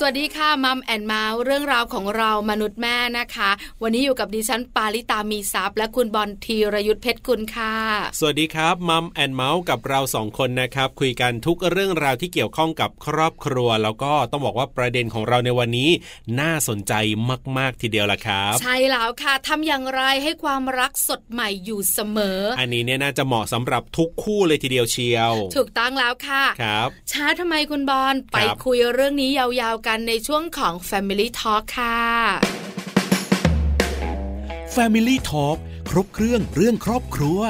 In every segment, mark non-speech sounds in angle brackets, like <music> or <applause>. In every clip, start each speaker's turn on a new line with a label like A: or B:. A: สวัสดีค่ะมัมแอนเมาส์เรื่องราวของเรามนุษย์แม่นะคะ วันนี้อยู่กับดิฉันปาริตามีซัพย์และคุณบอลธีรยุทธเพชรกุลค่ะ
B: สวัสดีครับมัมแอนเมาส์กับเราสองคนนะครับ คุยกันทุกเรื่องราวที่เกี่ยวข้องกับครอบครัว แล้วก็ต้องบอกว่าประเด็นของเราในวันนี้ น่าสนใจมาก ๆ ทีเดียวละครับ
A: ใช่แล้วค่ะทำอย่างไรให้ความรักสดใหม่อยู่เสมอ
B: อันนี้เนี่ยน่าจะเหมาะสำหรับทุกคู่เลยทีเดียวเชียว
A: ถูกต้องแล้วค่ะ
B: ครับ
A: ช้าทำไมคุณบอลไปคุยเรื่องนี้ยาวๆกันในช่วงของ Family Talk ค่ะ
B: Family Talk ครบเครื่องเรื่องครอบครัว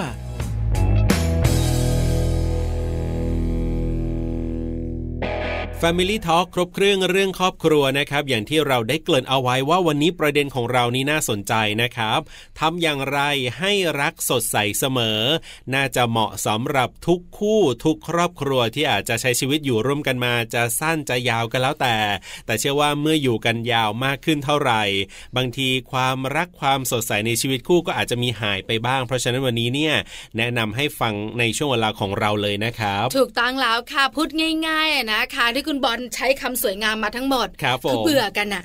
B: Family Talk ครบเครื่องเรื่องครอบครัวนะครับ อย่างที่เราได้เกริ่นเอาไว้ว่าวันนี้ประเด็นของเรานี้น่าสนใจนะครับทำอย่างไรให้รักสดใสเสมอ น่าจะเหมาะสำหรับทุกคู่ทุกครอบครัวที่อาจจะใช้ชีวิตอยู่ร่วมกันมา จะสั้นจะยาวก็แล้วแต่ แต่เชื่อว่าเมื่ออยู่กันยาวมากขึ้นเท่าไหร่ บางทีความรักความสดใสในชีวิตคู่ก็อาจจะมีหายไปบ้าง เพราะฉะนั้นวันนี้เนี่ยแนะนำให้ฟังในช่วงเวลาของเราเลยนะครับ
A: ถูกต้องแล้วค่ะพูดง่ายๆนะคะที่คุณบอลใช้คำสวยงามมาทั้งหมด
B: ครับผม
A: อเบื่อกัน
B: <laughs>
A: อะ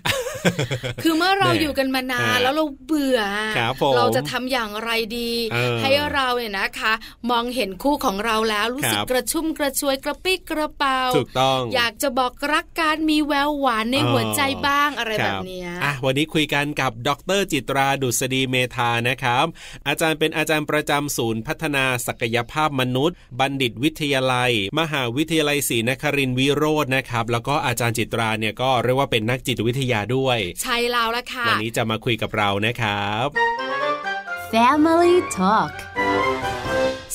A: คือเมื่อเรา
B: แหม่
A: อยู่กันมานาน
B: อ่า
A: แล้วเราเบื่อ
B: ครับผม
A: เราจะทำอย่างไรดี
B: เออ
A: ให้เราเนี่ยนะคะ มองเห็นคู่ของเราแล้วรู้สึก
B: ครับ
A: กระชุ่มกระชวยกระปี้กระเป๋า
B: ถูกต้อง
A: อยากจะบอกรักการมีแววหวานใน
B: อ๋อ
A: หัวใจบ้างอะไร
B: ค
A: แบ
B: รั
A: บเนี้ย
B: อ่ะวันนี้คุยกันกับดรจิตราดุษฎีเมธานะครับ อาจารย์เป็นอาจารย์ประจำศูนย์พัฒนาศักยภาพมนุษย์ บัณฑิตวิทยาลัย มหาวิทยาลัยศรีนครินทรวิโรจน์นะครับ แล้วก็อาจารย์จิตราเนี่ยก็เรียกว่าเป็นนักจิตวิทยาด้วย
A: ใช่แล้วละค่ะ
B: วันนี้จะมาคุยกับเรานะครับ
C: Family Talk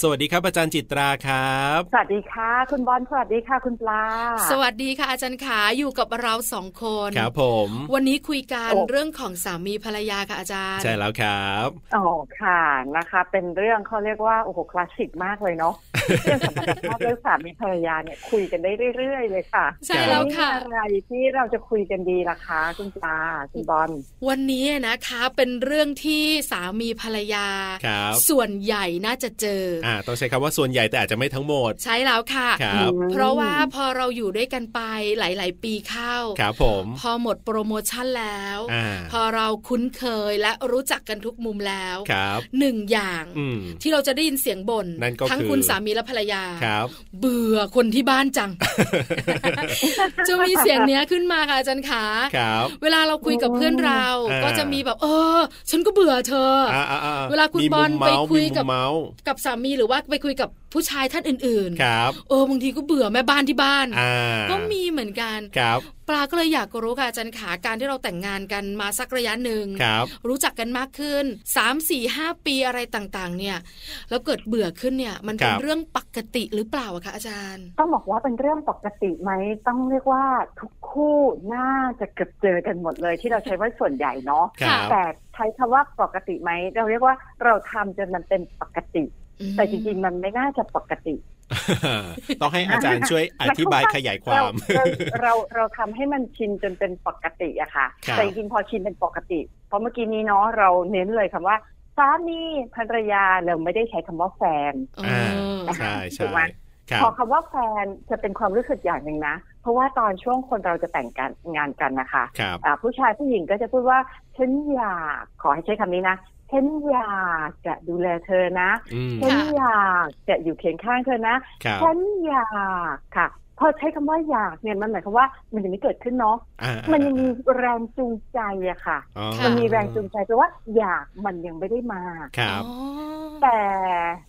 B: สวัสดีครับอาจารย์จิตราครับ
D: สวัสดีค่ะ คุณบอลสวัสดีค่ะ คุณปลา
A: สวัสดีค่ะอาจารย์ขาอยู่กับเราสองคน
B: ครับผม
A: วันนี้คุยกัน
D: โอ้
A: เรื่องของสามีภรรยาค่ะอาจารย์
B: ใช่แล้วครับ
D: อ๋อค่ะนะคะ เป็นเรื่องเขาเรียกว่าโอ้โหคลาสสิกมากเลย
A: <laughs>
D: เนาะเรื่องสมรรถภาพเรื่องสามีภรรยาเนี่ยคุยกันได้เรื่อยๆเลยค่ะ
A: ใช่แล้ว
D: มี
A: ค่ะ
D: อะไรที่เราจะคุยกันดีล่ะคะ คุณปลาคุณบอล
A: วันนี้นะคะเป็นเรื่องที่สามีภรรยา
B: ครับ
A: ส่วนใหญ่น่าจะเจออ
B: อ่าต้องใช้คำว่าส่วนใหญ่แต่อาจจะไม่ทั้งหมด
A: ใช่แล้วค่ะ
B: ครับ
A: เพราะว่าพอเราอยู่ด้วยกันไปหลาย ๆ ปีเข้า
B: ครับผม
A: พอหมดโปรโมชั่นแล้ว
B: อ่า
A: พอเราคุ้นเคยและรู้จักกันทุกมุมแล้ว
B: ครับ
A: หนึ่งอย่าง
B: อืม
A: ที่เราจะได้ยินเสียงบน่น
B: นั่นก็
A: ทั้ง
B: คือ
A: คุณสามีและภรรยา
B: ครับ
A: เบื่อคนที่บ้าน
B: <laughs>
A: จัง จะมีเสียงเนี้ยขึ้นมาค่ะอาจารย์ขา
B: ครับ
A: เวลาเราคุยกับเพื่อนเรา
B: อ่า
A: ก็จะมีแบบ เออ ฉันก็เบื่อเธออ
B: อ่าอ่
A: เวลาคุณ
B: มี
A: บ
B: มุม
A: อลไป
B: เมาส์
A: คุย
B: มีมุม
A: กับ
B: เมาส์
A: กับสามีหรือว่าไปคุยกับผู้ชายท่านอื่น
B: ครับ
A: ๆ เออบางทีก็เบื่อแม่บ้านที่บ้าน
B: อ่า
A: ก็มีเหมือนกัน
B: ครับ
A: ปลาก็เลยอยากรู้ค่ะอาจารย์ขาการที่เราแต่งงานกันมาสักระยะหนึ่ง
B: ครับ
A: รู้จักกันมากขึ้น 3 4 5 ปีอะไรต่างๆ เนี่ย แล้วเกิดเบื่อขึ้นเนี่ย มันเป็
B: คน รับ
A: เรื่องปกติหรือเปล่าอะคะอาจารย์
D: ต้องบอกว่าเป็นเรื่องปกติไหมต้องเรียกว่าทุกคู่น่าจะเกือบเจอกันหมดเลยที่เราใช้ว่าส่วนใหญ่เนาะ
B: ค
A: ค่ะ
B: รับ
D: แต่ใช้คำว่าปกติไหมเราเรียกว่าเราทำจนมันเป็นปกติ
A: อืม
D: แต่จริงๆมันไม่น่าจะปกติ
B: <laughs> ต้องให้อาจารย์ช่วยอธิบายขยายความ
D: เราเราเราทำให้มันชินจนเป็นปกติอะค่ะ
B: ครับ
D: แต่จริงๆพอชินเป็นปกติ เพราะเมื่อกี้นี้เนาะเราเน้นเลยคำว่าสามีภรรยาเราไม่ได้ใช้คำว่าแฟน
A: เออ
B: อ่าใช่
D: ถู
B: ใช่
D: กไหม
B: ครับ
D: พอคำว่าแฟนจะเป็นความรู้สึกอย่างหนึ่งนะ เพราะว่าตอนช่วงคนเราจะแต่งกันงานกันนะคะ
B: ครับ
D: อ่าผู้ชายผู้หญิงก็จะพูดว่าฉันอยากขอให้ใช้คำนี้นะฉันอยากจะดูแลเธอนะ
B: อืม
D: ฉัน
A: ค่ะ
D: อยากจะอยู่เคียงข้างเธอนะ
B: ครับ
D: ฉันอยากค่ะ พอใช้คำว่าอยากเนี่ยมันหมายความว่ามันยังไม่เกิดขึ้นเนาะ
B: อ่า
D: มันยังมีแรงจูงใจอะค่ะ
B: อ๋อ
A: ค่ะ
D: มันมีแรงจูงใจแปลว่าอยากมันยังไม่ได้มา
B: ครับ
A: อ๋อ
D: แต่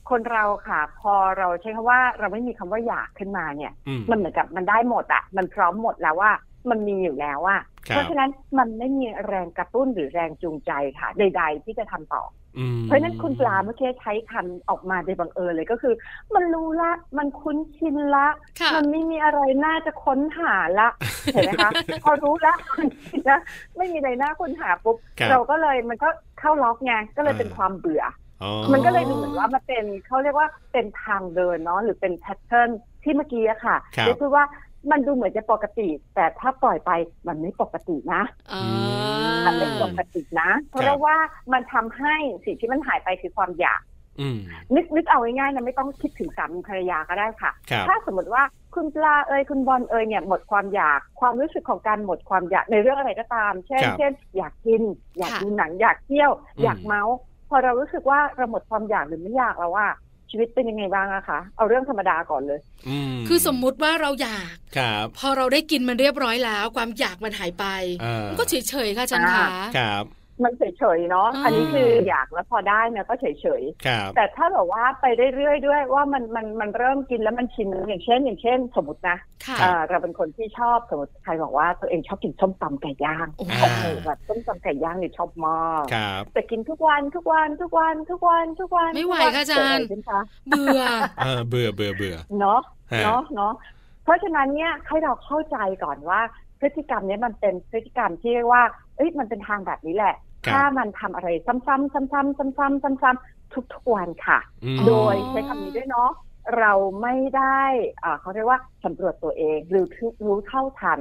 D: คนเราค่ะ พอเราใช้คำว่าเราไม่มีคำว่าอยากขึ้นมาเนี่ย
B: อืม
D: มันเหมือนกับมันได้หมดอะมันพร้อมหมดแล้วว่า มันมีอยู่แล้วอะ
B: ครับ
D: เพราะฉะนั้นมันไม่มีแรงกระตุ้นหรือแรงจูงใจค่ะ ใด ๆ ที่จะทำต่อ
B: อืม
D: เพราะฉะนั้นคุณปลาเมื่อกี้ใช้คำออกมาโดยบังเอิญเลยก็คือ มันรู้ละ มันคุ้นชินละ
A: ค่ะ
D: มันไม่มีอะไรน่าจะค้นหา
B: <laughs>
D: ละเห็นไหมคะ พอรู้ละ <laughs> คุณคิดละไม่มีอะไรน่าค้นหาปุ๊บ
B: ครับ
D: เราก็เลยมันก็เข้าล็อกไงก็เลย
B: อ่า
D: เป็นความเบื่อ
B: อ๋อ
D: อมันก็เลยดูเหมือนว่ามันเป็นเขาเรียกว่าเป็นทางเดินเนาะหรือเป็นแพทเทิร์นที่เมื่อกี้อะค่ะ
B: ครับ
D: เรียกว่ามันดูเหมือนจะปกติ แต่ถ้าปล่อยไปมันไม่ปกตินะ
A: อ่า
B: ม
D: มันเป็นปกตินะ เพ
B: ครั
D: ราะ
B: บ
D: ว่ามันทำให้สิ่งที่มันหายไปคือความอยาก
B: อืม
D: นึกนึกเอาง่ายๆนะไม่ต้องคิดถึงสามีภรรยาก็ได้ค่ะ
B: ครับ
D: ถ้าสมมติว่าคุณปลาเอ่ยคุณบอลเอ่ยเนี่ยหมดความอยากความรู้สึกของการหมดความอยากในเรื่องอะไรก็ตาม เช่น
B: ครับ
D: เช่น อยากกิน อยาก
A: ค่ะ
D: ดูหนังอยากเที่ยว อยากเมาส์พอเรารู้สึกว่าเราหมดความอยากหรือไม่อยากแล้วว่าชีวิตเป็นยังไงบ้างอะคะเอาเรื่องธรรมดาก่อนเลย
B: อืม
A: คือสมมุติว่าเราอยาก
B: ครับ
A: พอเราได้กินมันเรียบร้อยแล้ว ความอยากมันหายไป
B: อ่า
A: มันก็เฉยๆค่ะอาจันค่ะ
B: ครับ
D: มันเฉยๆเนาะ
A: อืม
D: อันนี้คืออยากแล้วพอได้นะก็เฉย
B: ครับ
D: ๆแต่ถ้าแบบว่าไปเรื่อยๆด้วยว่ามันมันมันเริ่มกินแล้วมันชินอย่างเช่น อย่างเช่น สมมตินะ
A: ค่ะ
D: เอ่อเราเป็นคนที่ชอบสมมติใครบอกว่าตัวเองชอบกินส้มตำไก่ย่าง
A: โอ้โห
D: โอ้โหแบบต้มตำไก่ย่างเนี่ยชอบมาก
B: ครับ
D: แต่กินทุกวันทุกวันทุกวันทุกวันทุกวัน
A: ไม่ไหว
D: ทุกน
A: ค่ะอาจารย์
D: เกิดอะไรขึ้นคะ
A: เบื่อ
B: เออเบื่อเบื่อเบื่อ
D: เนาะ
B: ฮะ
D: เนาะเนาะเพราะฉะนั้นเนี่ยให้เราเข้าใจก่อนว่า พฤติกรรมเนี้ยมันเป็นพฤติกรรมที่เรียกว่าเอ้ยมันเป็นทางแบบนี้แหละ
B: ครับ
D: ถ้ามันทำอะไรซ้ำๆซ้ำๆซ้ำๆซ้ำๆทุกๆวันค่ะ
B: อืม
A: อ๋อ
D: โดยใช้คำนี้ด้วยเนาะเราไม่ได้อ่าเขาเรียกว่าสำรวจตัวเองหรือรู้เท่าทัน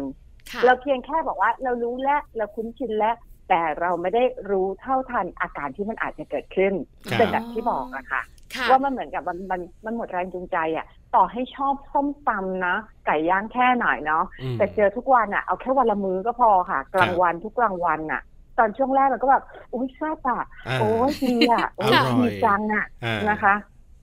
A: ค่ะ
D: เราเพียงแค่บอกว่าเรารู้และเราคุ้นชินและ แต่เราไม่ได้รู้เท่าทันอาการที่มันอาจจะเกิดขึ้น
B: ครับ
D: เป็นแบบที่บอกอะค่ะ
A: ค่ะ
D: ว่ามันเหมือนกับมันมันมันหมดแรงจูงใจอะต่อให้ชอบส้มตำนะไก่ย่างแค่หน่อยเนาะ
B: ม
D: แต่เจอทุกวันอะเอาแค่วันละมื้อก็พอค่ะ กลางวันทุกกลางวันอะตอนช่วงแรกมันก็แบบอุ้ยแซ่บอะ
B: า
D: โอ้ยดีอะโอ้ย
B: อร่อย
D: ดีจังอะ
B: อ่าน
D: นะคะ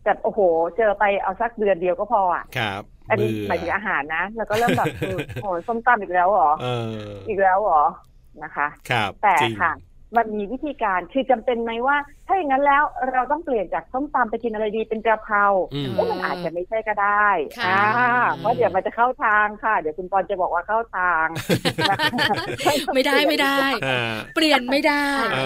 D: แต่โอ้โห เจอไปเอาสักเดือนเดียวก็พออะ
B: ครับ
D: อันนี้
B: เบื่
D: หมายถึงอาหารนะ แล้วก็เริ่มแบบเออโอ้ยส้มตำอีกแล้วเหรอ
B: เออ
D: อีกแล้วเหรอ นะคะ
B: ครับ
D: แต่
B: จริง
D: ค่ะ มันมีวิธีการ คือจำเป็นไหมว่า ถ้าอย่างนั้นแล้วเราต้องเปลี่ยนจากส้มตำไปกินอะไรดีเป็นกระเพรา
B: อืม
D: เอ้ยมันอาจจะไม่ใช่ก็ได้
A: ค่ะ
D: อ่าเพราะเดี๋ยวมันจะเข้าทางค่ะ เดี๋ยวคุณปอนจะบอกว่าเข้าทางนะคะ
A: ไม่ได้ไม่ได้
B: อ่า
A: เปลี่ยนไม่ได้
B: เอ
A: เอ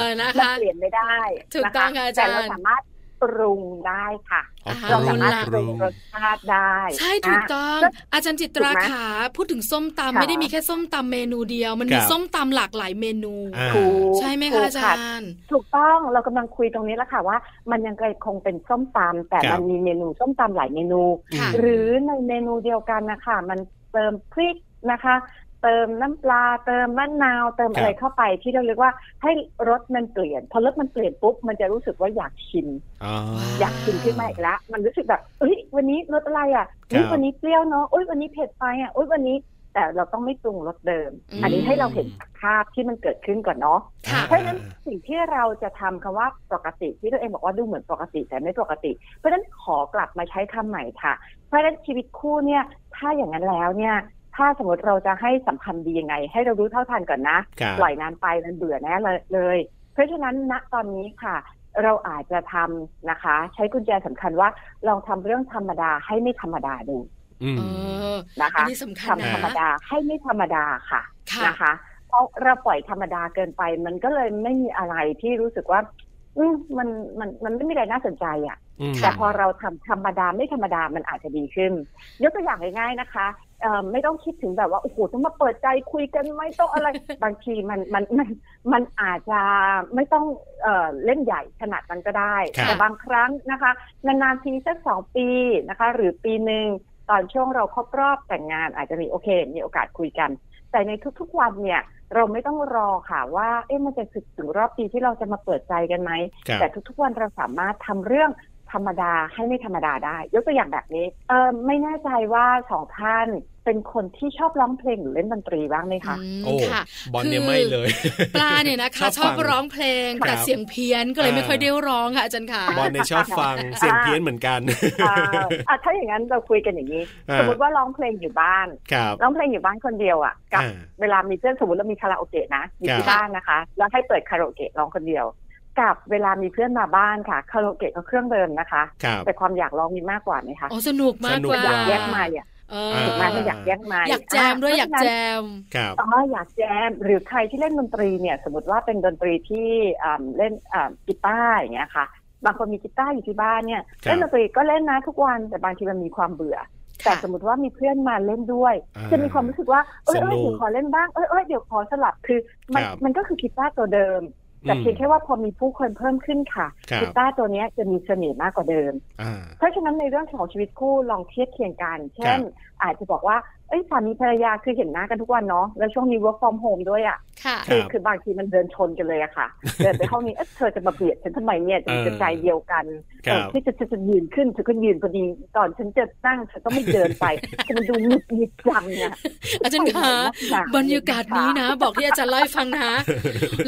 B: อ
A: อนะ
D: มัน
A: คะ
D: เปลี่ยนไม่ได้
A: ถูกต้องค่ะ
D: น
A: อาจา
D: แต่
A: รย์
D: เราสามารถปรุงได้ค่ะ
B: อ๋อ
A: ค่ะ
D: เรา
B: ป
D: สามารถ
B: ง
D: ปรุงรสชาติได้
A: ใช่ถูก
D: นะ
A: ต้อง
D: ก็
A: อาจารย์จิตรา
D: ถูกไหม
A: ขาพูดถึงส้ม
D: ค่ะ
A: ตำไม่ได้มีแค่ส้มตำเมนูเดียว มันมีส้มตำหลากหลายเมนู
B: อ่า
D: ถูก
A: ใช่ไหม
D: ถู
A: คะ
D: ก
A: อาจารย์
D: ถูกต้องเรากำลังคุยตรงนี้แล้วค่ะว่า มันยังคงเป็นส้มตำแต่
B: ครับ
D: มันมีเมนูส้มตำหลายเมนู
A: ค่ะ
B: ม
D: หรือในเมนูเดียวกันนะคะมันเติมพริกนะคะ เติมน้ำปลา เติมมะนาวเติม
B: ครับ
D: อะไรเข้าไปที่เราเรียกว่าให้รสมันเปลี่ยนพอรสมันเปลี่ยนปุ๊บมันจะรู้สึกว่าอยากชิม
B: อ๋อ
D: อยากชิมขึ้นมาอีกแล้วมันรู้สึกแบบเอ้ยวันนี้รสอะไรอ่ะ
B: ครับ
D: อุ๊ยวันนี้เปรี้ยวเนาะอุ้ยวันนี้เผ็ดไปอ่ะอุ้ยวันนี้แต่เราต้องไม่ปรุงรสเดิม
A: อืม
D: อันนี้ให้เราเห็นจากภาพที่มันเกิดขึ้นก่อนเนาะ
A: ค่ะ
D: เพราะฉะนั้นสิ่งที่เราจะทำคำว่าปกติที่ตัวเองบอกว่าดูเหมือนปกติแต่ไม่ปกติ เพราะฉะนั้นขอกลับมาใช้คำใหม่ค่ะ เพราะฉะนั้นชีวิตคู่เนี่ยถ้าอย่างนั้นแล้วเนี่ย ถ้าสมมติเราจะให้สัมพันธ์ดียังไง ให้เรารู้เท่าทันก่อนนะ
B: ครับ
D: ปล่อยนานไปมันเบื่อแน่เลยเลย เพราะฉะนั้นณตอนนี้ค่ะ เราอาจจะทำนะคะ ใช้กุญแจสำคัญว่าลองทำเรื่องธรรมดาให้ไม่ธรรมดาดู
B: อืม
A: เออ
D: นะ
A: อัน
D: คะ
A: นี้สำคัญ
D: ทำธรรม
A: นะ
D: ดาให้ไม่ธรรมดาค่ะ
A: ค่ะ
D: นะคะ เพราะเราปล่อยธรรมดาเกินไป มันก็เลยไม่มีอะไรที่รู้สึกว่า อืมมันมันมันไม่มีอะไรน่าสนใจอะ่ะ แต่พอเราทำธรรมดาไม่ธรรมดามันอาจจะดีขึ้น ยกตัวอย่างง่ายๆนะคะเอ่อไม่ต้องคิดถึงแบบว่าโอ้โหต้องมาเปิดใจคุยกันไหม่ต้องอะไร <laughs> บางทีมันมันมันมันอาจจะไม่ต้องเอ่อเล่นใหญ่ขนาดนั้นก็ได้
B: ครับ
D: แต่บางครั้งนะคะ นานๆทีสักสองปีนะคะ หรือปีหนึ่ง ตอนช่วงเราครบรอบแต่งงานอาจจะมีโอเค มีโอกาสคุยกัน แต่ในทุกๆวันเนี่ย เราไม่ต้องรอค่ะว่าเอ๊ะมันจะถึงรอบปีที่เราจะมาเปิดใจกันไหม
B: ครับ
D: แต่ทุกๆวันเราสามารถทำเรื่องธรรมดาให้ไม่ธรรมดาได้ ยกตัวอย่างแบบนี้เออไม่แน่ใจว่าสองท่านเป็นคนที่ชอบร้องเพลงหรือเล่นดนตรีบ้างไหมคะ
A: อืม
B: โอ้
A: ค่ะ
B: บอลเนี่ย
A: คือ
B: ไม่เลย
A: <laughs> ปลาเนี่ยนะคะ ช
B: ช
A: อ
B: อ
A: บบ
B: ฟัง
A: ร้องเพลง
B: ครับ
A: แต่เสียงเพี้ยนก็เลย
B: อ่า
A: ไม่ค่อยได้ร้องค่ะอาจารย์ค่ะ
B: บอลเนี่ยชอบฟังเสียงเพี้ยนเหมือนกัน
D: อ่าอ่ะถ้าอย่างนั้นเราคุยกันอย่างนี้
B: อ่า
D: สมมติว่าร้องเพลงอยู่บ้าน
B: ครับ
D: ร้องเพลงอยู่บ้านคนเดียวอ่ะกับ
B: อ่า
D: เวลามีเพื่อนสมมติเรามีคาราโอเกะนะอยู่
B: ครับ
D: ที่บ้านนะคะ แล้วให้เปิดคาราโอเกะร้องคนเดียว กับเวลามีเพื่อนมาบ้านค่ะคาราโอเกะก็เครื่องเดิมนะคะ
B: ครับ
D: แต่ความอยากร้องมีมากกว่าไหมคะ
A: โอ้สนุกมากกว่า
B: สนุ
D: อยาก
B: ว่
D: แยกไมาอ่ะ
A: เออ
D: ถูกไหมมันอยากแยกไมา
A: อยากแจมด้วยอยากแจม
B: ครับ
D: อ๋ออยากแจมหรือใครที่เล่นดนตรีเนี่ย สมมติว่าเป็นดนตรีที่อ่าเล่นอ่ากีตาร์อย่างเงี้ยค่ะ บางคนมีกีตาร์อยู่ที่บ้านเนี่ย
B: ครับ
D: เล่นดนตรีก็เล่นนะทุกวันแต่บางทีมันมีความเบื่อ
A: ค่ะ
D: แต่สมมติว่ามีเพื่อนมาเล่นด้วย
B: อ่
D: จะมีความรู้สึกว่า เอ้ย
B: ส
D: เอ้
B: นุ
D: ย
B: ก
D: เดี๋ยวขอเล่นบ้าง เอ้ยเอ้ยเดี๋ยวขอสลับ คือ มัน
B: ครับ
D: มันก็คือกีตาร์ตัวเดิม แต่เพียงแค่ว่าพอมีผู้คนเพิ่มขึ้นค่ะ
B: ครับ
D: กีตาร์ตัวเนี้ยจะมีเสน่ห์มากกว่าเดิม
B: อ่า
D: เพราะฉะนั้นในเรื่องของชีวิตคู่ลองเทียบเคียงกัน เช่น อาจจะบอกว่า เอ้ยสามีภรรยาคือเห็นหน้ากันทุกวันเนาะแล้วช่วงนี้ work from home ด้วยอะ
A: ค่ะ
B: รับ
D: คือบางทีมันเดินชนกันเลยอะค่ะ เดินไปห้องนี้เอ๊ะเธอจะมาเบียดฉันทำไมเนี่ย
B: เออ
D: จะใจเดียวกัน
B: ครับ
D: เออที่จะจะจะยืนขึ้นเธอก็ยืนพอดีตอนฉันจะนั่งฉันก็ไม่เดินไป คือมันดูหงุดหงิดจังเนี่ย
A: อาจารย์คะ บรรยากาศนี้นะ บอกที่อาจารย์เล่าให้ฟังนะ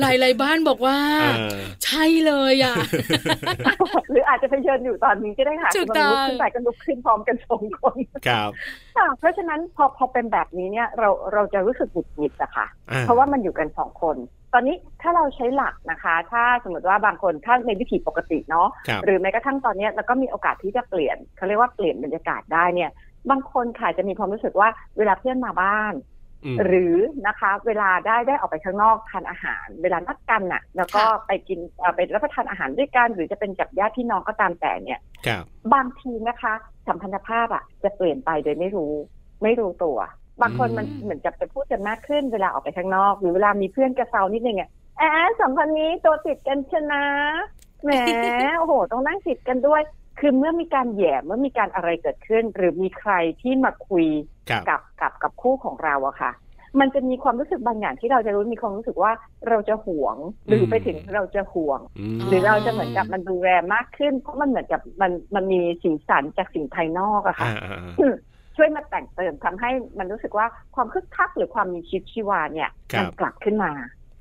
A: หลายๆบ้านบอกว่า
B: เออ
A: ใช่เลยอ่ะ
D: หรืออาจจะไปเชิญอยู่ตอนนี้ก็ได้ค่ะ
A: ถูก
D: คืมันลุก
A: ต้อง
D: ขึ้นไปก็ลุกขึ้นพร้อมกันสองคน
B: ครับ
D: ค่ะเพราะฉะนั้นพอพอเป็นแบบนี้เนี่ยเราเราจะรู้สึกหงุดหงิดอะค่ะ
B: อ่
D: เพราะว่ามันอยู่กันสองคน ตอนนี้ถ้าเราใช้หลักนะคะ ถ้าสมมติว่าบางคนถ้าในวิถีปกติเนาะ
B: ครับ
D: หรือแม้กระทั่งตอนเนี้ยเราก็มีโอกาสที่จะเปลี่ยนเขาเรียกว่าเปลี่ยนบรรยากาศได้เนี่ย บางคนค่ะจะมีความรู้สึกว่าเวลาเพื่อนมาบ้าน
B: อืม
D: หรือนะคะเวลาได้ได้ออกไปข้างนอกทานอาหาร เวลานัดกันน่ะ แล้วก็
A: ค่ะ
D: ไปกินเอ่อไปรับประทานอาหารด้วยกัน หรือจะเป็นกับญาติพี่น้องก็ตามแต่เนี่ย
B: ครับ
D: บางทีนะคะ สัมพันธภาพอะจะเปลี่ยนไปโดยไม่รู้ ไม่รู้ตัว บางคนมัน
B: อืม
D: เหมือนจะไปพูดกันมากขึ้นเวลาออกไปข้างนอก หรือเวลามีเพื่อนกระเซานิดนึงอะแอะสองคนนี้ตัวติดกันชนะแหม โอ้โห ต้องนั่งติดกันด้วย คือเมื่อมีการแหย่เมื่อมีการอะไรเกิดขึ้น หรือมีใครที่มาคุย
B: ครับ
D: กับกับกับคู่ของเราอะค่ะ มันจะมีความรู้สึกบางอย่างที่เราจะรู้มีความรู้สึกว่าเราจะหวง หรือไปถึงเราจะห่วง
B: อืม
A: อ๋อ
D: หรือเราจะเหมือนกับมันดูแลมากขึ้น เพราะมันเหมือนกับมันมันมีสีสันจากสิ่งภายนอกอะค่ะ
B: อ่าอ่าอ่า
D: ช่วยมาแต่งเติมทำให้มันรู้สึกว่าความคึกคักหรือความมีชีวิตชีวาเนี่ย
B: ครับ
D: มักลับขึ้นมา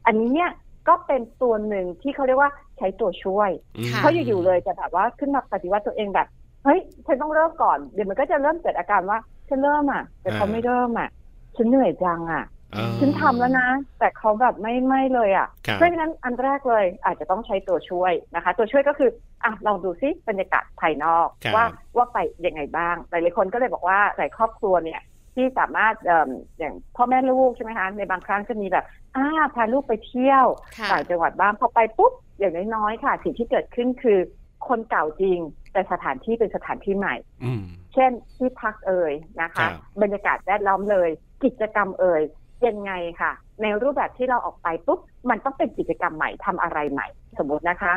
D: อันนี้เนี่ยก็เป็นตัวหนึ่งที่เขาเรียกว่าใช้ตัวช่วย
B: อืม
A: ค่ะ
D: เขาอยู่ๆเลยจะแบบว่าขึ้นมาปฏิวัติตัวเองแบบเฮ้ยฉันต้องเริ่มก่อนเดี๋ยวมันก็จะเริ่มเกิดอาการว่าฉันเริ่มอ่ะ แต่เขาไม่เริ่มอ่ะฉันเหนื่อยจังอ่ะ
B: เออ
D: ฉันทำแล้วนะ แต่เขาแบบไม่ไม่เลยอ่ะ
B: ครับ
D: เพราะฉะนั้นอันแรกเลยอาจจะต้องใช้ตัวช่วยนะคะ ตัวช่วยก็คืออ่ะลองดูซิบรรยากาศภายนอก
B: ครับ
D: ว่าว่าไปยังไงบ้างหลายๆคนก็เลยบอกว่าหลายครอบครัวเนี่ยที่สามารถเอิ่มอย่างพ่อแม่ลูกใช่ไหมคะในบางครั้งจะมีแบบอ่าพาลูกไปเที่ยว
A: ค่ะ
D: ต่างจังหวัดบ้างพอไปปุ๊บอย่างน้อยๆค่ะ สิ่งที่เกิดขึ้นคือ คนเก่าจริง แต่สถานที่เป็นสถานที่ใหม่
B: อืม
D: เช่นที่พักเอ่ยนะ
B: ครั
D: คะ
B: บบ
D: รรยากาศแวดล้อมเลย กิจกรรมเอ่ยยังไงค่ะ ในรูปแบบที่เราออกไปปุ๊บมันต้องเป็นกิจกรรมใหม่ทำอะไรใหม่ สมมตินะคะ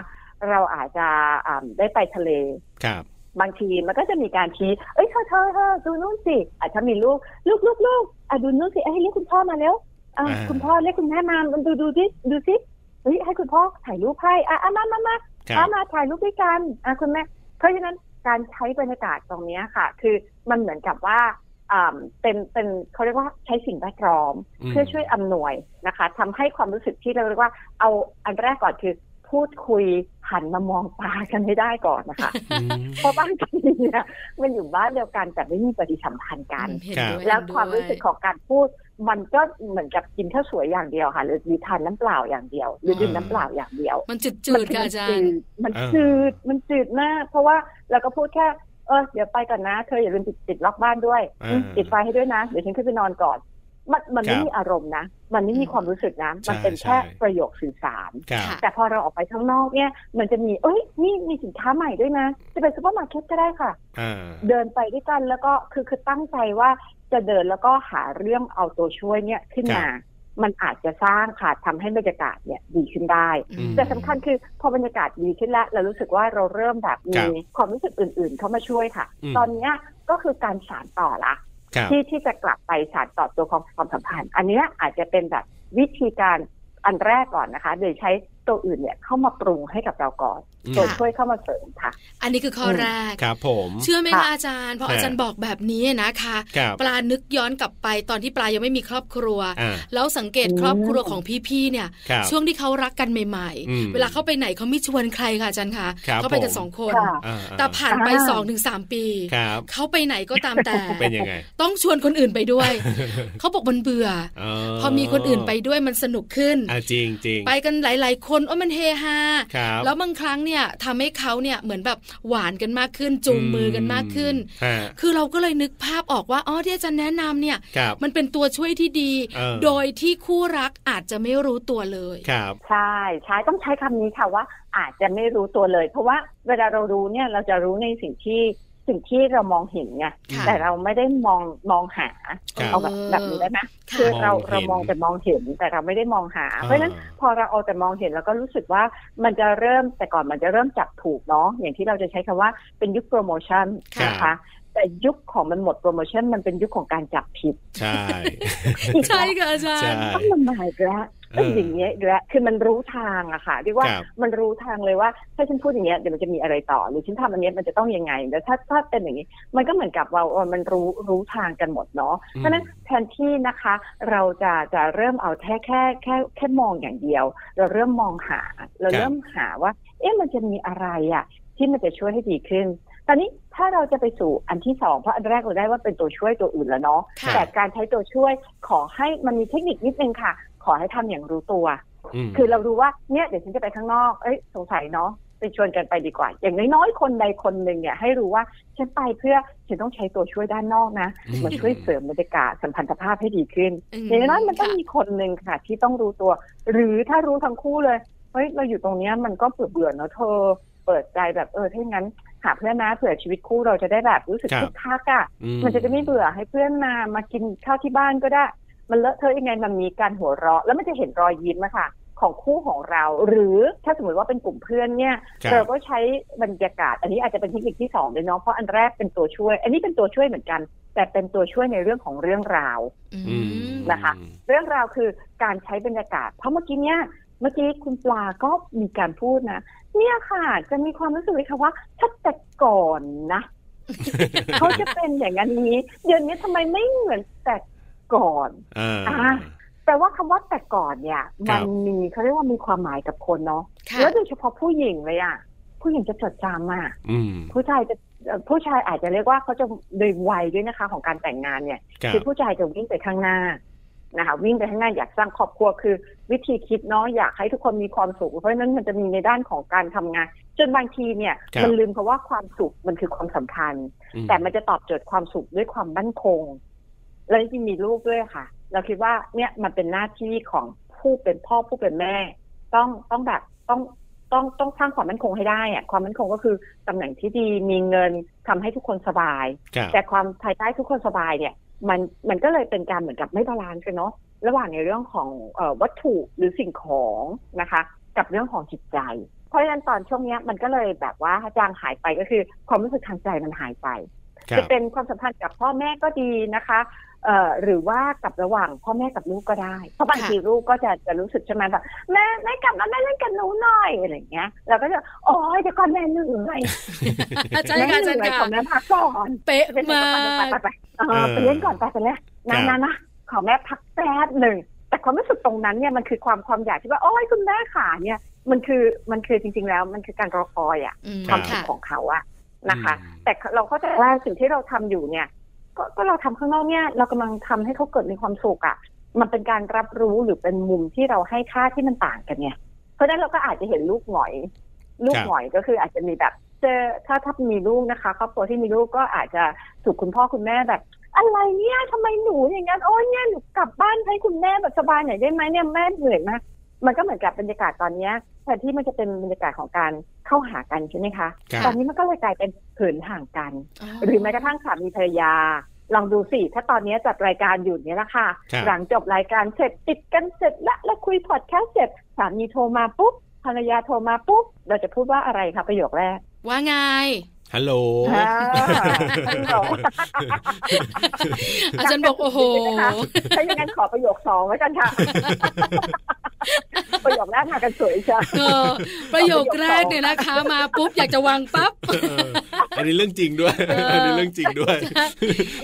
D: เราอาจจะอ่าได้ไปทะเล
B: ครับ
D: บางทีมันก็จะมีการชี้ เอ้ยเธอเธอเธอดูนู่นสิอาจจะมีลูก ลูกลูกลูกอ่ะดูนู่นสิเอ้ยเรียกคุณพ่อมาแล้วอ่ะ
B: อ่า
D: คุณพ่อเรียกคุณแม่มามันดูดูดิดูสิเฮ้ยให้คุณพ่อถ่ายรูปให้อ่ะอ่ะมามามา
B: ครั
D: อ่ะ
B: บ
D: มาถ่ายรูปด้วยกันอ่ะคุณแม่เพราะฉะนั้นการใช้บรรยากาศตรงเนี้ยค่ะ คือมันเหมือนกับว่าอ่าเป็นเป็นเขาเรียกว่าใช้สิ่งแวดล้อม เพื่อช่วยอำนวยนะคะทำให้ความรู้สึกที่เราเรียกว่า เอาอันแรกก่อนคือ พูดคุยหันมามองตากันให้ได้ก่อนนะคะ <laughs>
B: อืม
D: เพราะบางทีเนี่ยมันอยู่บ้านเดียวกันแต่ไม่มีปฏิสัมพันธ์กัน
A: เห็น
B: ครับ
A: ด้วย
D: แล้ว
A: เห็น
D: ความ
A: ด้วย
D: รู้สึกของการพูด มันก็เหมือนกับกินข้าวสวยอย่างเดียวค่ะ หรือมีทานน้ำเปล่าอย่างเดียว หรือดื่มน้ำเปล่าอย่างเดียว
A: มันจืดจืดๆค่ะอาจาร
D: มัน
A: ย์
D: จืด
B: เออ
D: มันจืดมันจืดมาก เพราะว่าเราก็พูดแค่เออเดี๋ยวไปก่อนนะเธออย่าลืมปิดปิดล็อกบ้านด้วยอืมปิดไฟให้ด้วยนะเดี๋ยวฉันขึ้นไปนอนก่อน มันมันไม่มีอารมณ์นะ มันไม่มีความรู้สึกนะมันเป็นแค่ประโยคสื่อสาร
B: ครับ
A: ค่ะ
D: แต่พอเราออกไปข้างนอกเนี่ย มันจะมี เอ้ย นี่มีสินค้าใหม่ด้วยนะ จะไปซูเปอร์มาร์เก็ตก็ได้ค่ะ
B: อ่า
D: เดินไปด้วยกันแล้วก็คือคือตั้งใจว่าจะเดินแล้วก็หาเรื่องเอาตัวช่วยเนี่ยขึ้นมา มันอาจจะสร้างค่ะทำให้บรรยากาศเนี่ยดีขึ้นได้
B: อืม
D: แต่สำคัญคือพอบรรยากาศดีขึ้นแล้วเรารู้สึกว่าเราเริ่มแบบ
B: ครั
D: มี
B: บ
D: ความรู้สึกอื่น ๆ เข้ามาช่วยค่ะ
B: อืม
D: ตอนเนี้ยก็คือการสานต่อละ
B: ครับ
D: ที่ที่จะกลับไปสานต่อตัวของความสัมพันธ์ อันเนี้ยอาจจะเป็นแบบวิธีการอันแรกก่อนนะคะ โดยใช้ตัวอื่นเนี่ยเข้ามาปรุงให้กับเราก่อน
B: อืม
D: ตัวช่วยเข้ามาเสริมค่ะ
A: อันนี้คือข้อแรก
B: ครับผม
A: เชื่อไหมคะ
D: ค่ะ
A: อาจารย์ เพราะ
B: ค่ะ
A: อาจารย์บอกแบบนี้นะคะ
B: ครับ
A: ปลานึกย้อนกลับไปตอนที่ปลายังไม่มีครอบครัว
B: อ่า
A: แล้วสังเกตครอบครัวของพี่ๆเนี่ย
B: ครับ
A: ช่วงที่เขารักกันใหม่
B: อืม
A: ๆ เวลาเขาไปไหนเขาไม่ชวนใครค่ะอาจารย์ค่ะ
B: ครับ
A: เขาไปกัน
B: ผม
A: สองคน
D: ค่ะ
B: อ่าอ่
A: แต่ผ่านไป
D: อ่า
A: สองถึงสามปี
B: ครับ
A: เขาไปไหนก็ตามแต่
B: เป็นยังไง
A: ต้องชวนคนอื่นไป
B: <laughs>
A: ด้วย เขาบอกมันเบื่อ พอมีคนอื่นไปด้วยมันสนุกขึ้น
B: อ่าจริงจริง
A: ไปกันหลาย ๆ คนโอ้มันเฮฮา
B: ครับ
A: แล้วบางครั้งเนี่ยทำให้เขาเนี่ยเหมือนแบบหวานกันมากขึ้นจูงมือกันมากขึ้น
B: ฮะ
A: คือเราก็เลยนึกภาพออกว่าอ๋อที่อาจารย์แนะนำเนี่ย
B: ครับ
A: มันเป็นตัวช่วยที่ดี
B: เออ
A: โดยที่คู่รักอาจจะไม่รู้ตัวเลย
B: ครับ
D: ใช่ใช่ต้องใช้คำนี้ค่ะว่าอาจจะไม่รู้ตัวเลย เพราะว่าเวลาเรารู้เนี่ยเราจะรู้ในสิ่งที่สิ่งที่เรามองเห็นไง
A: ค่ะ
D: แต่เราไม่ได้มองมองหา
B: ครับ
D: เอาแบบแบบนี้ได้ไหม
A: ค่ะ
D: คือเรา
B: มองเห็น
D: เรามองแต่มองเห็นแต่เราไม่ได้มองหา เพราะฉะนั้น พอเราเอาแต่มองเห็นแล้วก็รู้สึกว่ามันจะเริ่มแต่ก่อนมันจะเริ่มจับถูกเนาะอย่างที่เราจะใช้คำว่าเป็นยุคโปรโมชั่น
A: ค่ะ
D: นะคะ แต่ยุคของมันหมดโปรโมชั่นมันเป็นยุคของการจับผิด
B: ใช่
A: ใช่ค่ะอาจาร
B: ใช่
A: ย์
D: ต้องลำบากอีกแล้ว
B: เออ
D: ต้องอย่างเงี้ยอีกแล้วคือมันรู้ทางอะค่ะเรียกว่า
B: ครับ
D: มันรู้ทางเลยว่า ถ้าฉันพูดอย่างเงี้ยเดี๋ยวมันจะมีอะไรต่อ หรือฉันทำอันเนี้ยมันจะต้องยังไงแต่ถ้าถ้าเป็นอย่างนี้มันก็เหมือนกับว่าว่ามันรู้รู้ทางกันหมดเนาะ
B: อืม
D: เพราะฉะนั้นแทนที่นะคะ เราจะจะเริ่มเอาแค่แค่แค่แค่มองอย่างเดียว เราเริ่มมองหา เรา
B: ครับ
D: เริ่มหาว่า เอ๊ะมันจะมีอะไรอะที่มันจะช่วยให้ดีขึ้น ตอนนี้ถ้าเราจะไปสู่อันที่สองเพราะอันแรกเราได้ว่าเป็นตัวช่วยตัวอื่นแล้วเนาะ
B: ครับ
A: ค่ะ
D: แต่การใช้ตัวช่วยขอให้มันมีเทคนิคนิดนึงค่ะ ขอให้ทำอย่างรู้ตัว
B: ม
D: คือเรารู้ว่าเนี่ยเดี๋ยวฉันจะไปข้างนอก เอ้ยสงสัยเนาะไปชวนกันไปดีกว่า อย่างน้อยๆคนใดคนหนึ่งเนี่ยให้รู้ว่าฉันไปเพื่อฉันต้องใช้ตัวช่วยด้านนอกนะ
B: อืม
D: มันช่วยเสริมบรรยากาศสัมพันธภาพให้ดีขึ้น
A: ม
D: อย่างน้อยมันต้อง
A: ค่ะ
D: มีคนหนึ่งค่ะ ที่ต้องรู้ตัว หรือถ้ารู้ทั้งคู่เลยเฮ้ยเราอยู่ตรงเนี้ยมันก็เบื่อเบื่อๆเนาะเธอ เปิดใจแบบเออถ้าอย่างนั้น หาเพื่อนนะเผื่อชีวิตคู่เราจะได้แบบรู้สึก
B: ครับ
D: คึกคักอ่ะ
B: อื
D: มันจะได้ไม่เบื่อให้เพื่อนมามากินข้าวที่บ้านก็ได้ มันเลอะเทอะยังไงมันมีการหัวเราะ แล้วมันจะเห็นรอยยิ้มอะค่ะ ของคู่ของเรา หรือถ้าสมมติว่าเป็นกลุ่มเพื่อนเนี่ย
B: ครับ
D: เราก็ใช้บรรยากาศ อันนี้อาจจะเป็นเทคนิคที่สองเลยเนาะเพราะอันแรกเป็นตัวช่วย อันนี้เป็นตัวช่วยเหมือนกัน แต่เป็นตัวช่วยในเรื่องของเรื่องราว
A: อื
B: อืม
A: ม
D: นะคะ เรื่องราวคือการใช้บรรยากาศ เพราะเมื่อกี้เนี่ยเมื่อกี้คุณปลาก็มีการพูดนะ เนี่ยค่ะจะมีความรู้สึกเลยค่ะว่าถ้าแต่ก่อน
B: <laughs>
D: นะ เขาจะเป็นอย่างนั้นนี้ เดี๋ยวนี้ทำไมไม่เหมือนแต่ก่อน
B: อ่า
D: แต่ว่าคำว่าแต่ก่อนเนี่ย
B: ครั
D: มั
B: บ
D: นมีเขาเรียกว่ามีความหมายกับคนเนาะ
A: ค่ะ
D: แล้วโดยเฉพาะผู้หญิงเลยอะผู้หญิงจะจดจำอะ
B: อืม
D: ผู้ชายจะเอ่อผู้ชายอาจจะเรียกว่าเขาจะโดยวัยด้วยนะคะ ของการแต่งงานเนี่ย
B: ครับ
D: คือผู้ชายจะวิ่งไปข้างหน้านะคะวิ่งไปข้างหน้าอยากสร้างครอบครัวคือ วิธีคิดเนาะอยากให้ทุกคนมีความสุข เพราะฉะนั้นมันจะมีในด้านของการทำงาน จนบางทีเนี่ย
B: ครับ
D: มันลืมคำว่าความสุขมันคือความสำคัญ
B: อืม
D: แต่มันจะตอบโจทย์ความสุขด้วยความมั่นคง และที่มีลูกด้วยค่ะ เราคิดว่าเนี่ยมันเป็นหน้าที่ของผู้เป็นพ่อผู้เป็นแม่ ต้องต้องแบบต้องต้องต้องสร้างความมั่นคงให้ได้อะความมั่นคงก็คือตำแหน่งที่ดีมีเงินทำให้ทุกคนสบาย
B: ครับ
D: แต่ความภายใต้ทุกคนสบายเนี่ย มันมันก็เลยเป็นการเหมือนกับไม่บาลานซ์กันเนาะระหว่างในเรื่องของเออวัตถุหรือสิ่งของนะคะ กับเรื่องของจิตใจ เพราะฉะนั้นตอนช่วงเนี้ยมันก็เลยแบบว่าจางหายไปก็คือ ความรู้สึกทางใจมันหายไป
B: ครั
D: จะ
B: บ
D: เป็นความสัมพันธ์กับพ่อแม่ก็ดีนะคะเอ่อหรือว่ากับระหว่างพ่อแม่กับลูกก็ได้ เพราะบาง
A: ค่ะ
D: ทีลูกก็จะจะรู้สึกใช่ไหมแบบแม่แม่กลับมาแม่เล่นกับหนูหน่อยอะไรอย่างเงี้ยเราก็จะโอ๋อเดี๋ยวก่อนแม่เหนื่อย
A: อาจาร
D: แม่
A: ย์ค่ะอา
D: เห
A: จาร
D: นื่
A: ย์
D: อยขอ
A: ค่ะ
D: แม่พักก่อน
A: เป๊ะ
D: ไป
A: มา
D: ไป
A: ก
D: ไปไปเออไปเล่นก่อนไปไปแล้วนะนะนะขอแม่พักแป๊บหนึ่งแต่ความรู้สึกตรงนั้นเนี่ยมันคือความความอยากที่ว่าโอ้ยคุณแม่ขาเนี่ย มันคือมันคือจริง ๆ แล้วมันคือการรอคอยอะ
A: อืม
D: ค
B: คาว
D: วาม มสุ
A: ค่ะ
D: ขของเขาอะนะคะ
B: อืม
D: แต่เราเข้าใจว่าสิ่งที่เราทำอยู่เนี่ยกก็เราทำข้างนอกเนี่ย เรากำลังทำให้เขาเกิดมีความสุขอะมันเป็นการรับรู้หรือเป็นมุมที่เราให้ค่าที่มันต่างกันไงเพราะฉะนั้นเราก็อาจจะเห็นลูกหงอย ลูก
B: ครับ
D: หงอยก็คืออาจจะมีแบบเจอถ้าถ้ามีลูกนะคะครอบครัวที่มีลูกก็อาจจะถูกคุณพ่อคุณแม่แบบ อะไรเนี่ยทำไมหนูอย่างนั้นโอ้ยเนี่ยหนูกลับบ้านให้คุณแม่แบบสบายหน่อยได้ไหมเนี่ยแม่เหนื่อยมากมันก็เหมือนกับบรรยากาศตอนเนี้ยแทนที่มันจะเป็นบรรยากาศของการเข้าหากันใช่ไหมคะ
B: ครับ
D: ตอนนี้มันก็เลยกลายเป็นเหินห่างกัน หรือแม้กระทั่งสามีภรรยา ลองดูสิ ถ้าตอนนี้จัดรายการอยู่เนี่ยละค่ะ
B: ครับ
D: หลังจบรายการเสร็จติดกันเสร็จละแล้วคุยพอดแคสต์เสร็จสามีโทรมาปุ๊บภรรยาโทรมาปุ๊บ เราจะพูดว่าอะไรคะประโยคแรก
A: ว่าไง
B: ฮัลโหล
D: อ่าฮัลโหล
A: อาจารย์บอกโอ้โห
D: ถ้าอย่างนั้นขอประโยคสองไว้กัน
A: <laughs>
D: ค่ะ ประโยคแรกมากันสวยจ้ะ
A: เออประโยคแรกเนี่ยนะคะ มาปุ๊บอยากจะวางปั๊บ
B: เอออันนี้เรื่องจริงด้วย
A: เอออั
B: อันนี้เรื่องจริงด้วย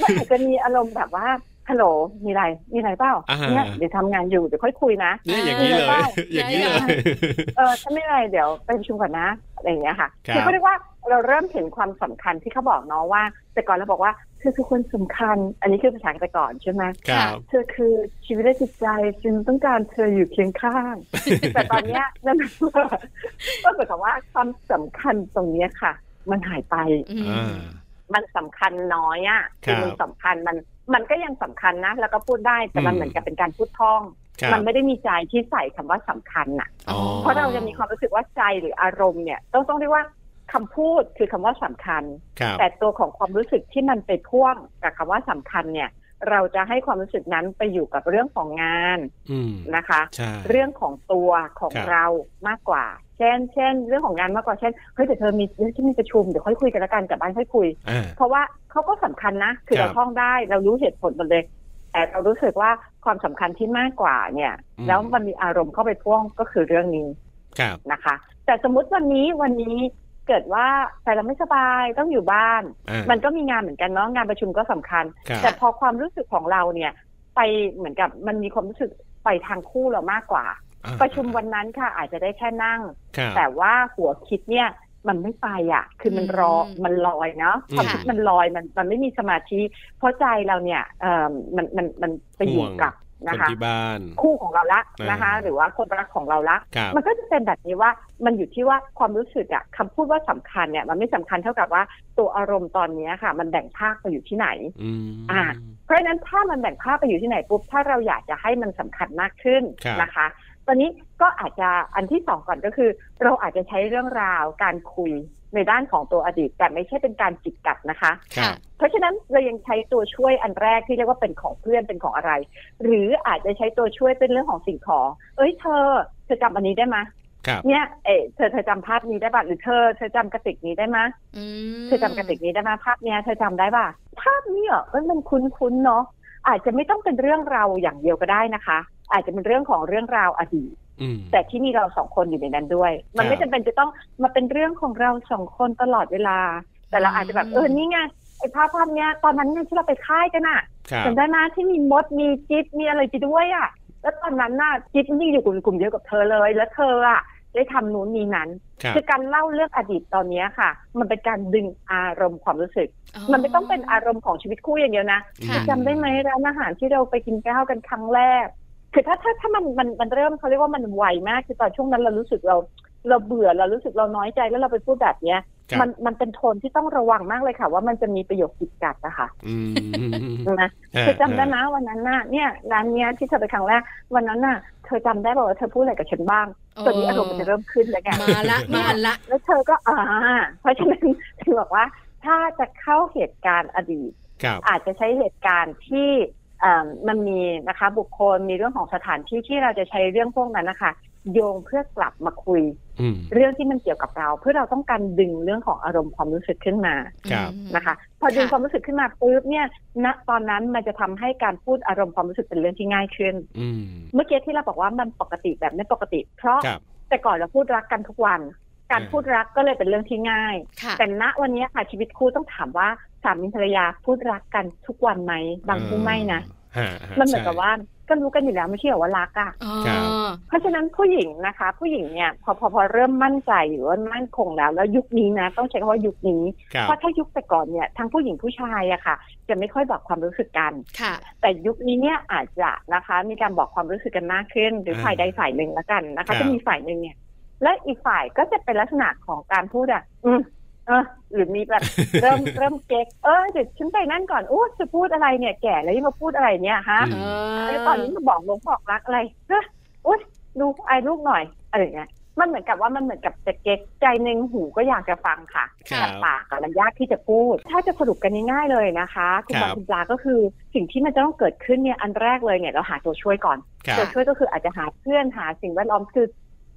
D: มันอาจจะมีอารมณ์แบบว่า ฮัลโหล มีอะไร มีอะไรเปล่า
B: อ่า
D: เนี่ยเดี๋ยวทำงานอยู่ เดี๋ยวค่อยคุยนะ
B: เนี่ยอย่างนี้เลย
D: เออ
B: อย่างนี้เลย
D: เออถ้าไม่เป็นไรเดี๋ยวไปประชุมก่อนนะ อะไรอย่างเงี้ยค่ะ
B: ครับ
D: อเขาเรียกว่าเราเริ่มเห็นความสำคัญที่เขาบอกเนาะว่า แต่ก่อนเราบอกว่าเธอคือคนสำคัญ อันนี้คือภาษาแต่ก่อนใช่ไหม
B: ครับ
D: เธอคือชีวิตและจิตใจฉันต้องการเธออยู่เคียงข้าง แต่ตอนเนี้ย <laughs> นั่นก็เหมือนกับว่าความสำคัญตรงเนี้ยค่ะ มันหายไป
A: อืม
B: อ่า
D: มันสำคัญน้อยอะ่ะ
B: ครับ
D: มันสำคัญมันมันก็ยังสำคัญนะ แล้วก็พูดได้แต่มั
B: อื
D: น
B: ม
D: เหมือนกับเป็นการพูดท่อง
B: ครั
D: มั
B: บ
D: นไม่ได้มีใจที่ใส่คำว่าสำคัญอ่ะ
B: อ๋อ
D: เพราะเราจะมีความรู้สึกว่าใจหรืออารมณ์เนี่ย ต้องต้องเรียกว่าคำพูดคือคำว่าสำคัญ
B: ครับ
D: แต่ตัวของความรู้สึกที่มันไปพ่วงกับคำว่าสำคัญเนี่ย เราจะให้ความรู้สึกนั้นไปอยู่กับเรื่องของงาน
B: อืม
D: นะคะ
B: ใช่
D: เรื่องของตัวของ
B: ครับ
D: เรามากกว่า เช่น เช่น เรื่องของงานมากกว่าเช่นเฮ้ยเดี๋ยวเธอมีเดี๋ยวฉันมีประชุมเดี๋ยวค่อยคุยกันละกันกลับบ้านค่อยคุย
B: อ่า
D: เพราะว่าเขาก็สำคัญนะคือ
B: ครั
D: เรา
B: บ
D: ท่องได้เรารู้เหตุผลหมดเลย แต่เรารู้สึกว่าความสำคัญที่มากกว่าเนี่ย
B: อืม
D: แล้วมันมีอารมณ์เข้าไปพ่วงก็คือเรื่องนี้
B: ครับ
D: นะคะ แต่สมมติวันนี้วันนี้เกิดว่าใจเราไม่สบายต้องอยู่บ้าน
B: อ่า
D: มันก็มีงานเหมือนกันเนาะงานประชุมก็สำคัญ
B: ครับ
D: แต่พอความรู้สึกของเราเนี่ย ไปเหมือนกับมันมีความรู้สึกไปทางคู่เรามากกว่า
B: อ่า
D: ประชุมวันนั้นค่ะ อาจจะได้แค่นั่ง
B: ครับ
D: แต่ว่าหัวคิดเนี่ยมันไม่ไปอ่ะ คือมันรอ
A: อืม
D: มันลอยเนาะ
B: อืม
D: ความคิดมันลอยมันมันไม่มีสมาธิเพราะใจเราเนี่ยเออมันมันมันไปอยู่
B: ห่วง
D: กับนะ
B: คน
D: คะ
B: ที่บ้าน
D: คู่ของเราละนะคะ
B: อ่า
D: หรือว่าคนรักของเราละ
B: ครับ
D: มันก็จะเป็นแบบนี้ว่ามันอยู่ที่ว่าความรู้สึกอะคำพูดว่าสำคัญเนี่ย มันไม่สำคัญเท่ากับว่าตัวอารมณ์ตอนเนี้ยค่ะ มันแบ่งภาคไปอยู่ที่ไหน
B: อืม
D: อ่า เพราะฉะนั้นถ้ามันแบ่งภาพไปอยู่ที่ไหนปุ๊บถ้าเราอยากจะให้มันสำคัญมากขึ้น
B: ครับ
D: นะคะ ตอนนี้ก็อาจจะอันที่สองก่อนก็คือ เราอาจจะใช้เรื่องราวการคุยในด้านของตัวอดีต แต่ไม่ใช่เป็นการจิกกัดนะคะ
B: ครั
A: ค่ะ
B: บ
D: เพราะฉะนั้นเรายังใช้ตัวช่วยอันแรกที่เรียกว่าเป็นของเพื่อนเป็นของอะไร หรืออาจจะใช้ตัวช่วยเป็นเรื่องของสิ่งของ เอ้ยเธอเธอจำอันนี้ได้ไหมย
B: ครับ
D: เนี่ยเอยเธอเธอจำภาพนี้ได้ป่ะหรือเธอเธอจำกระติกนี้ได้ไหมย
A: อืม
D: เธอจำกระติกนี้ได้ไหมภาพเนี้ยเธอจำได้ป่ะ ภาพนี้เหรอเอ้ยมันคุ้นๆเนาะอาจจะไม่ต้องเป็นเรื่องเราวอย่างเดียวก็ได้นะคะ อาจจะเป็นเรื่องของเรื่องราวอดีต
B: อืม
D: แต่ที่มีเราสองคนอยู่ในนั้นด้วย มันไม่
B: ครั
D: จำ
B: บ
D: เป็นจะต้องมาเป็นเรื่องของเราสองคนตลอดเวลา แต่เราอาจจะแบบ
A: อืม
D: เออนี่ไงไอ้ภาพภาพเนี้ยตอนนั้นเนี่ยที่เราไปค่ายกันอะ
B: ครับ
D: จำได้ไหมที่มีมดมีจิ๊บมีอะไรไปด้วยอะแล้วตอนนั้นน่ะจิ๊บนี่อยู่กลุ่มกลุ่มเดียวกับเธอเลย แล้วเธออะได้ทำนู้นมีนั้น
B: ครับ
D: คือการเล่าเรื่องอดีตตอนเนี้ยค่ะ มันเป็นการดึงอารมณ์ความรู้สึก
A: อ๋อ
D: มันไม่ต้องเป็นอารมณ์ของชีวิตคู่อย่างเดียวนะ
A: ค่ะ
D: จำได้ไหมร้านอาหารที่เราไปกินข้าวกันครั้งแรก คือถ้าถ้าถ้ามันมันมันเริ่มเขาเรียกว่ามันไวมากคือตอนช่วงนั้นเรารู้สึกเรา เราเบื่อเรารู้สึกเราน้อยใจแล้วเราไปพูดแบบเนี้ย
B: ครับ
D: มันมันเป็นโทนที่ต้องระวังมากเลยค่ะ ว่ามันจะมีประโยคจิกกัดนะคะ
B: อืม
D: นะคือจำได้นะวันนั้นน่ะเนี่ยร้านเนี้ยที่เธอไปครั้งแรกวันนั้นน่ะเธอจำได้บอกว่าเธอพูดอะไรกับฉันบ้างตอนนี้อารมณ์มันจะเริ่มขึ้นแล้วไง
A: มาละมาละ
D: แล้วเธอก็อ่า เพราะฉะนั้นถึงบอกว่าถ้าจะเข้าเหตุการณ์อดีต
B: ครับ
D: อาจจะใช้เหตุการณ์ที่เอ่อมันมีนะคะ บุคคลมีเรื่องของสถานที่ที่เราจะใช้เรื่องพวกนั้นนะคะ โยงเพื่อกลับมาคุย
B: อืม
D: เรื่องที่มันเกี่ยวกับเรา เพื่อเราต้องการดึงเรื่องของอารมณ์ความรู้สึกขึ้นมา
B: ครับ
A: อืม
D: นะคะ พอดึง
A: ค่ะ
D: ความรู้สึกขึ้นมาปุ๊บเนี่ยณตอนนั้นมันจะทำให้การพูดอารมณ์ความรู้สึกเป็นเรื่องที่ง่ายขึ้น
B: อืม
D: เมื่อกี้ที่เราบอกว่ามันปกติแบบไม่ปกติ เพราะ
B: ครับ
D: แต่ก่อนเราพูดรักกันทุกวัน การ
B: อ่า
D: พูดรักก็เลยเป็นเรื่องที่ง่าย
A: ค่ะ
D: แต่ณวันนี้ค่ะชีวิตคู่ต้องถามว่าสามีภรรยาพูดรักกันทุกวันไหม บางคู่ไม่นะ
B: ฮะฮะ
D: มันเหมือน
B: ใช่
D: กับว่าก็รู้กันอยู่แล้วไม่ใช่เหรอว่ารักอะ่ะ
A: อ๋อ
B: ครับ
D: เพราะฉะนั้นผู้หญิงนะคะ ผู้หญิงเนี่ยพอพอพอเริ่มมั่นใจหรือว่ามั่นคงแล้ว แล้วยุคนี้นะ ต้องใช้คำว่ายุคนี้
B: ครับ
D: เพราะถ้ายุคแต่ก่อนเนี่ยทั้งผู้หญิงผู้ชายอะค่ะ จะไม่ค่อยบอกความรู้สึกกัน
A: ค่ะ
D: แต่ยุคนี้เนี่ยอาจจะนะคะ มีการบอกความรู้สึกกันมากขึ้น หรืออา ฝ่ายใดฝ่ายหนึ่งละกันนะ
B: ครั
D: คะ
B: บ
D: จะมีฝ่ายหนึ่งเนี่ย และอีกฝ่ายก็จะเป็นลักษณะของการพูดอ่ะ อืมเออหรือมีแบบ เริ่มเริ่มเก๊กเออเดี๋ยวฉันไปนั่นก่อนอู้จะพูดอะไรเนี่ยแก่แล้วยังมาพูดอะไรเนี่ยฮะ
B: อืม
A: เออ
D: แล้วตอนนี้มาบอกหลงบอกรักอะไรเฮ้ยอุ้ยดูไอ้ลูกหน่อยอะไรอย่างเงี้ยมันเหมือนกับว่ามันเหมือนกับจะเก๊กใจหนึ่งหูก็อยากจะฟังค่ะ
B: ครั
D: แต่
B: บ
D: ปากกับมันยากที่จะพูด ถ้าจะสรุปกันง่ายๆเลยนะคะ คุณบอ
B: ค
D: ล
B: รับ
D: คุณปลาก็คือสิ่งที่มันจะต้องเกิดขึ้นเนี่ยอันแรกเลยเนี่ยเราหาตัวช่วยก่อน
B: ครับ
D: ตัวช่วยก็คืออาจจะหาเพื่อนหาสิ่งแวดล้อมคือ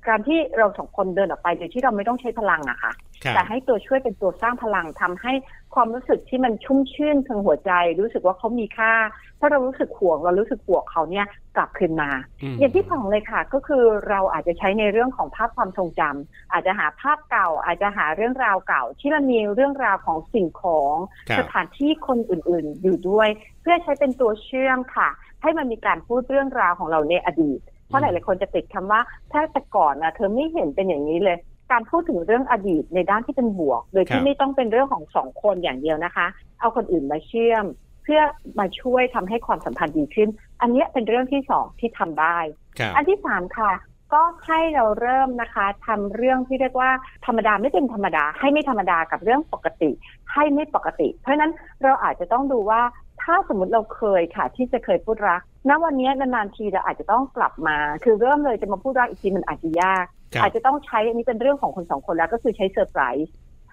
D: การที่เราสองคนเดินออกไปโดยที่เราไม่ต้องใช้พลังอะค่ะ
B: ครับ
D: แต่ให้ตัวช่วยเป็นตัวสร้างพลังทำให้ความรู้สึกที่มันชุ่มชื่นทางหัวใจ รู้สึกว่าเขามีค่าถ้าเรารู้สึกห่วงเรารู้สึกห่วงเขาเนี่ยกลับคืนมา
B: ม
D: อย่างที่สองเลยค่ะก็คือเราอาจจะใช้ในเรื่องของภาพความทรงจำอาจจะหาภาพเก่า อาจจะหาเรื่องราวเก่า ที่มันมีเรื่องราวของสิ่งของ
B: ครั
D: ส
B: บ
D: ถานที่คนอื่นๆ อยู่ด้วย เพื่อใช้เป็นตัวเชื่อมค่ะ ให้มันมีการพูดเรื่องราวของเราในอดีต เพราะหลายๆคนจะติดคำว่าถ้าแต่ก่อนนะเธอไม่เห็นเป็นอย่างนี้เลย การพูดถึงเรื่องอดีตในด้านที่เป็นบวก โดย
B: ครั
D: ที่
B: บ
D: ไม่ต้องเป็นเรื่องของสองคนอย่างเดียวนะคะ เอาคนอื่นมาเชื่อม เพื่อมาช่วยทำให้ความสัมพันธ์ดีขึ้น อันเนี้ยเป็นเรื่องที่สองที่ทำได้
B: ครับ
D: อันที่สามค่ะ ก็ให้เราเริ่มนะคะทำเรื่องที่เรียกว่าธรรมดาไม่เป็นธรรมดา ให้ไม่ธรรมดากับเรื่องปกติ ให้ไม่ปกติ เพราะฉะนั้นเราอาจจะต้องดูว่าถ้าสมมติเราเคยค่ะ ที่จะเคยพูดรักณวันนี้นานๆทีเราอาจจะต้องกลับมา คือเริ่มเลยจะมาพูดรักอีกทีมันอาจจะยาก
B: ครับ
D: อาจจะต้องใช้อันนี้เป็นเรื่องของคนสองคนแล้วก็คือใช้เซอร์ไพรส์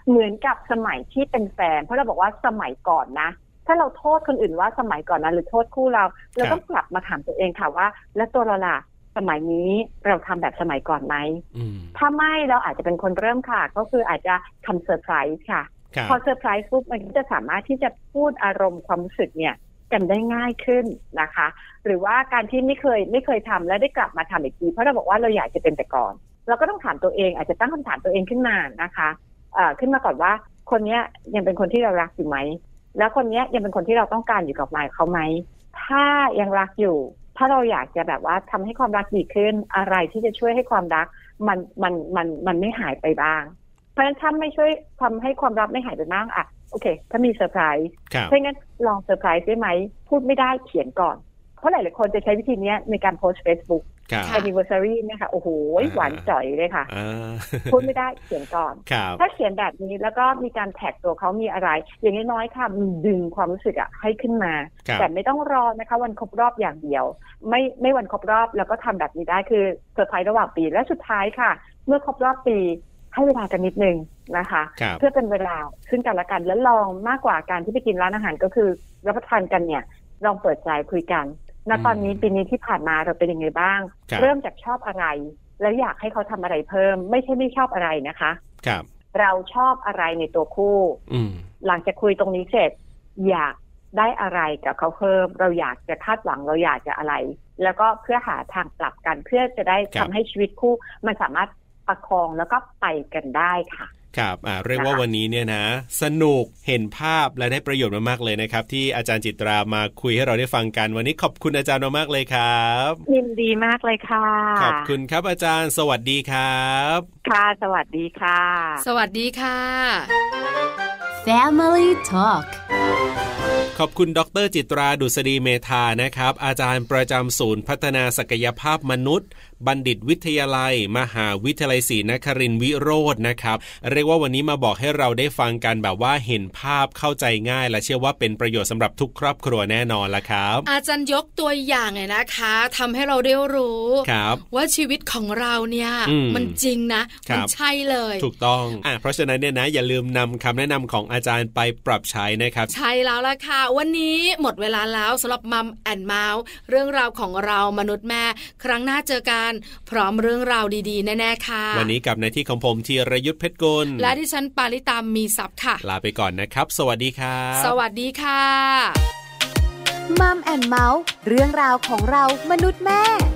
D: เหมือนกับสมัยที่เป็นแฟน เพราะเราบอกว่าสมัยก่อนนะ ถ้าเราโทษคนอื่นว่าสมัยก่อนนะหรือโทษคู่เรา เราต้องกลับมาถามตัวเองค่ะว่า แล้วตัวเราล่ะส มัยนี้เราทำแบบสมัยก่อนไหม
B: อืม
D: ถ้าไม่เราอาจจะเป็นคนเริ่มค่ะ ก็คืออาจจะทำเซอร์ไพรส์ค่ะ
B: ครับ
D: พอเซอร์ไพรส์ปุ๊บมันก็จะสามารถที่จะพูดอารมณ์ความรู้สึกเนี่ยกันได้ง่ายขึ้นนะคะ หรือว่าการที่ไม่เคยไม่เคยทำแล้วได้กลับมาทำอีกทีเพราะเราบอกว่าเราอยากจะเป็นแต่ก่อน เราก็ต้องถามตัวเองอาจจะตั้งคำถามตัวเองขึ้นมานะคะเอ่อขึ้นมาก่อนว่า คนเนี้ยยังเป็นคนที่เรารักอยู่ไหม แล้วคนเนี้ยยังเป็นคนที่เราต้องการอยู่กับหมายเขาไหม ถ้ายังรักอยู่ ถ้าเราอยากจะแบบว่าทำให้ความรักดีขึ้นอะไรที่จะช่วยให้ความรักมันมันมันมันไม่หายไปบ้าง เพราะฉะนั้นถ้าไม่ช่วยทำให้ความรักไม่หายไปบ้างอ่ะโอเค ถ้ามีเซอร์ไพรส์
B: ครับ
D: เพราะงั้นลองเซอร์ไพรส์ได้ไหม พูดไม่ได้เขียนก่อน เพราะหลายๆคนจะใช้วิธีเนี้ยในการโพสต์ Facebook
B: ครับ
A: ค่ะ
D: anniversary เนี่ยค่ะโอ้โหหวานจ่อยเลยค่ะ
B: อ่า
D: พูดไม่ได้เขียนก่อน
B: ครับ
D: ถ้าเขียนแบบนี้แล้วก็มีการแท็กตัวเขามีอะไร อย่างน้อยๆค่ะมันดึงความรู้สึกอะให้ขึ้นมา
B: ครับ
D: แต่ไม่ต้องรอนะคะ วันครบรอบอย่างเดียว ไม่ไม่วันครบรอบแล้วก็ทำแบบนี้ได้คือเซอร์ไพรส์ระหว่างปีและสุดท้ายค่ะ เมื่อครบรอบปีให้เวลากันนิดนึงนะคะ
B: ครับ
D: เพื่อเป็นเวลาซึ่งกันและกันและลองมากกว่าการที่ไปกินร้านอาหารก็คือรับประทานกันเนี่ยลองเปิดใจคุยกันณ
B: อืม
D: ตอนนี้ปีนี้ที่ผ่านมาเราเป็นยังไงบ้าง
B: ครับ
D: เริ่มจากชอบอะไร แล้วอยากให้เขาทำอะไรเพิ่ม ไม่ใช่ไม่ชอบอะไรนะคะ
B: ครับ
D: เราชอบอะไรในตัวคู่
B: อืม
D: หลังจากคุยตรงนี้เสร็จ อยากได้อะไรกับเขาเพิ่ม เราอยากจะคาดหวังเราอยากจะอะไร แล้วก็เพื่อหาทางกลับกันเพื่อจะได้ทำให้ชีวิตคู่ มันสามารถประคองแล้วก็ไปกันได้ค่ะ
B: ครับอ่าเรียกว่า
D: นะคะ
B: วันนี้เนี่ยนะ สนุกเห็นภาพและได้ประโยชน์มากๆเลยนะครับ ที่อาจารย์จิตรามาคุยให้เราได้ฟังกัน วันนี้ขอบคุณอาจารย์มากๆเลยครับ
D: ินดีมากเลยค่ะ
B: ขอบคุณครับอาจารย์ สวัสดีครับ
D: ค่ะสวัสดีค่ะ
A: สวัสดีค่ะ
C: Family Talk
B: ขอบคุณดรจิตราดุษฎีเมธานะครับ อาจารย์ประจำศูนย์พัฒนาศักยภาพมนุษย์ บัณฑิตวิทยาลัย มหาวิทยาลัยศรีนครินทร์วิโรจน์นะครับ เรียกว่าวันนี้มาบอกให้เราได้ฟังกันแบบว่าเห็นภาพเข้าใจง่าย และเชื่อว่าเป็นประโยชน์สำหรับทุกครอบครัวแน่นอนละครับ
A: อาจารย์ยกตัวอย่างเนี่ยนะคะทำให้เราได้รู้
B: ครับ
A: ว่าชีวิตของเราเนี่ย
B: อืม
A: นจริงนะครับ มันใช่เลย
B: ถูกต้องอ่ะเพราะฉะนั้นเนี่ยนะอย่าลืมนำคำแนะนำของอาจารย์ไปปรับใช้นะครับ
A: ใช่แล้วล่ะค่ะ วันนี้หมดเวลาแล้วสำหรับมัมแอนเมาส์เรื่องราวของเรามนุษย์แม่ ครั้งหน้าเจอกันพร้อมเรื่องราวดีๆ แน่ๆค่ะ
B: วันนี้กับในายที่ของผมธีรยุทธเพชรกุล
A: และดิฉันปาริตามมีซับค่ะ
B: ลาไปก่อนนะครับ สวัสดีครับ
A: สวัสดีค่ะ
C: มัมแอนเมาส์เรื่องราวของเรามนุษย์แม่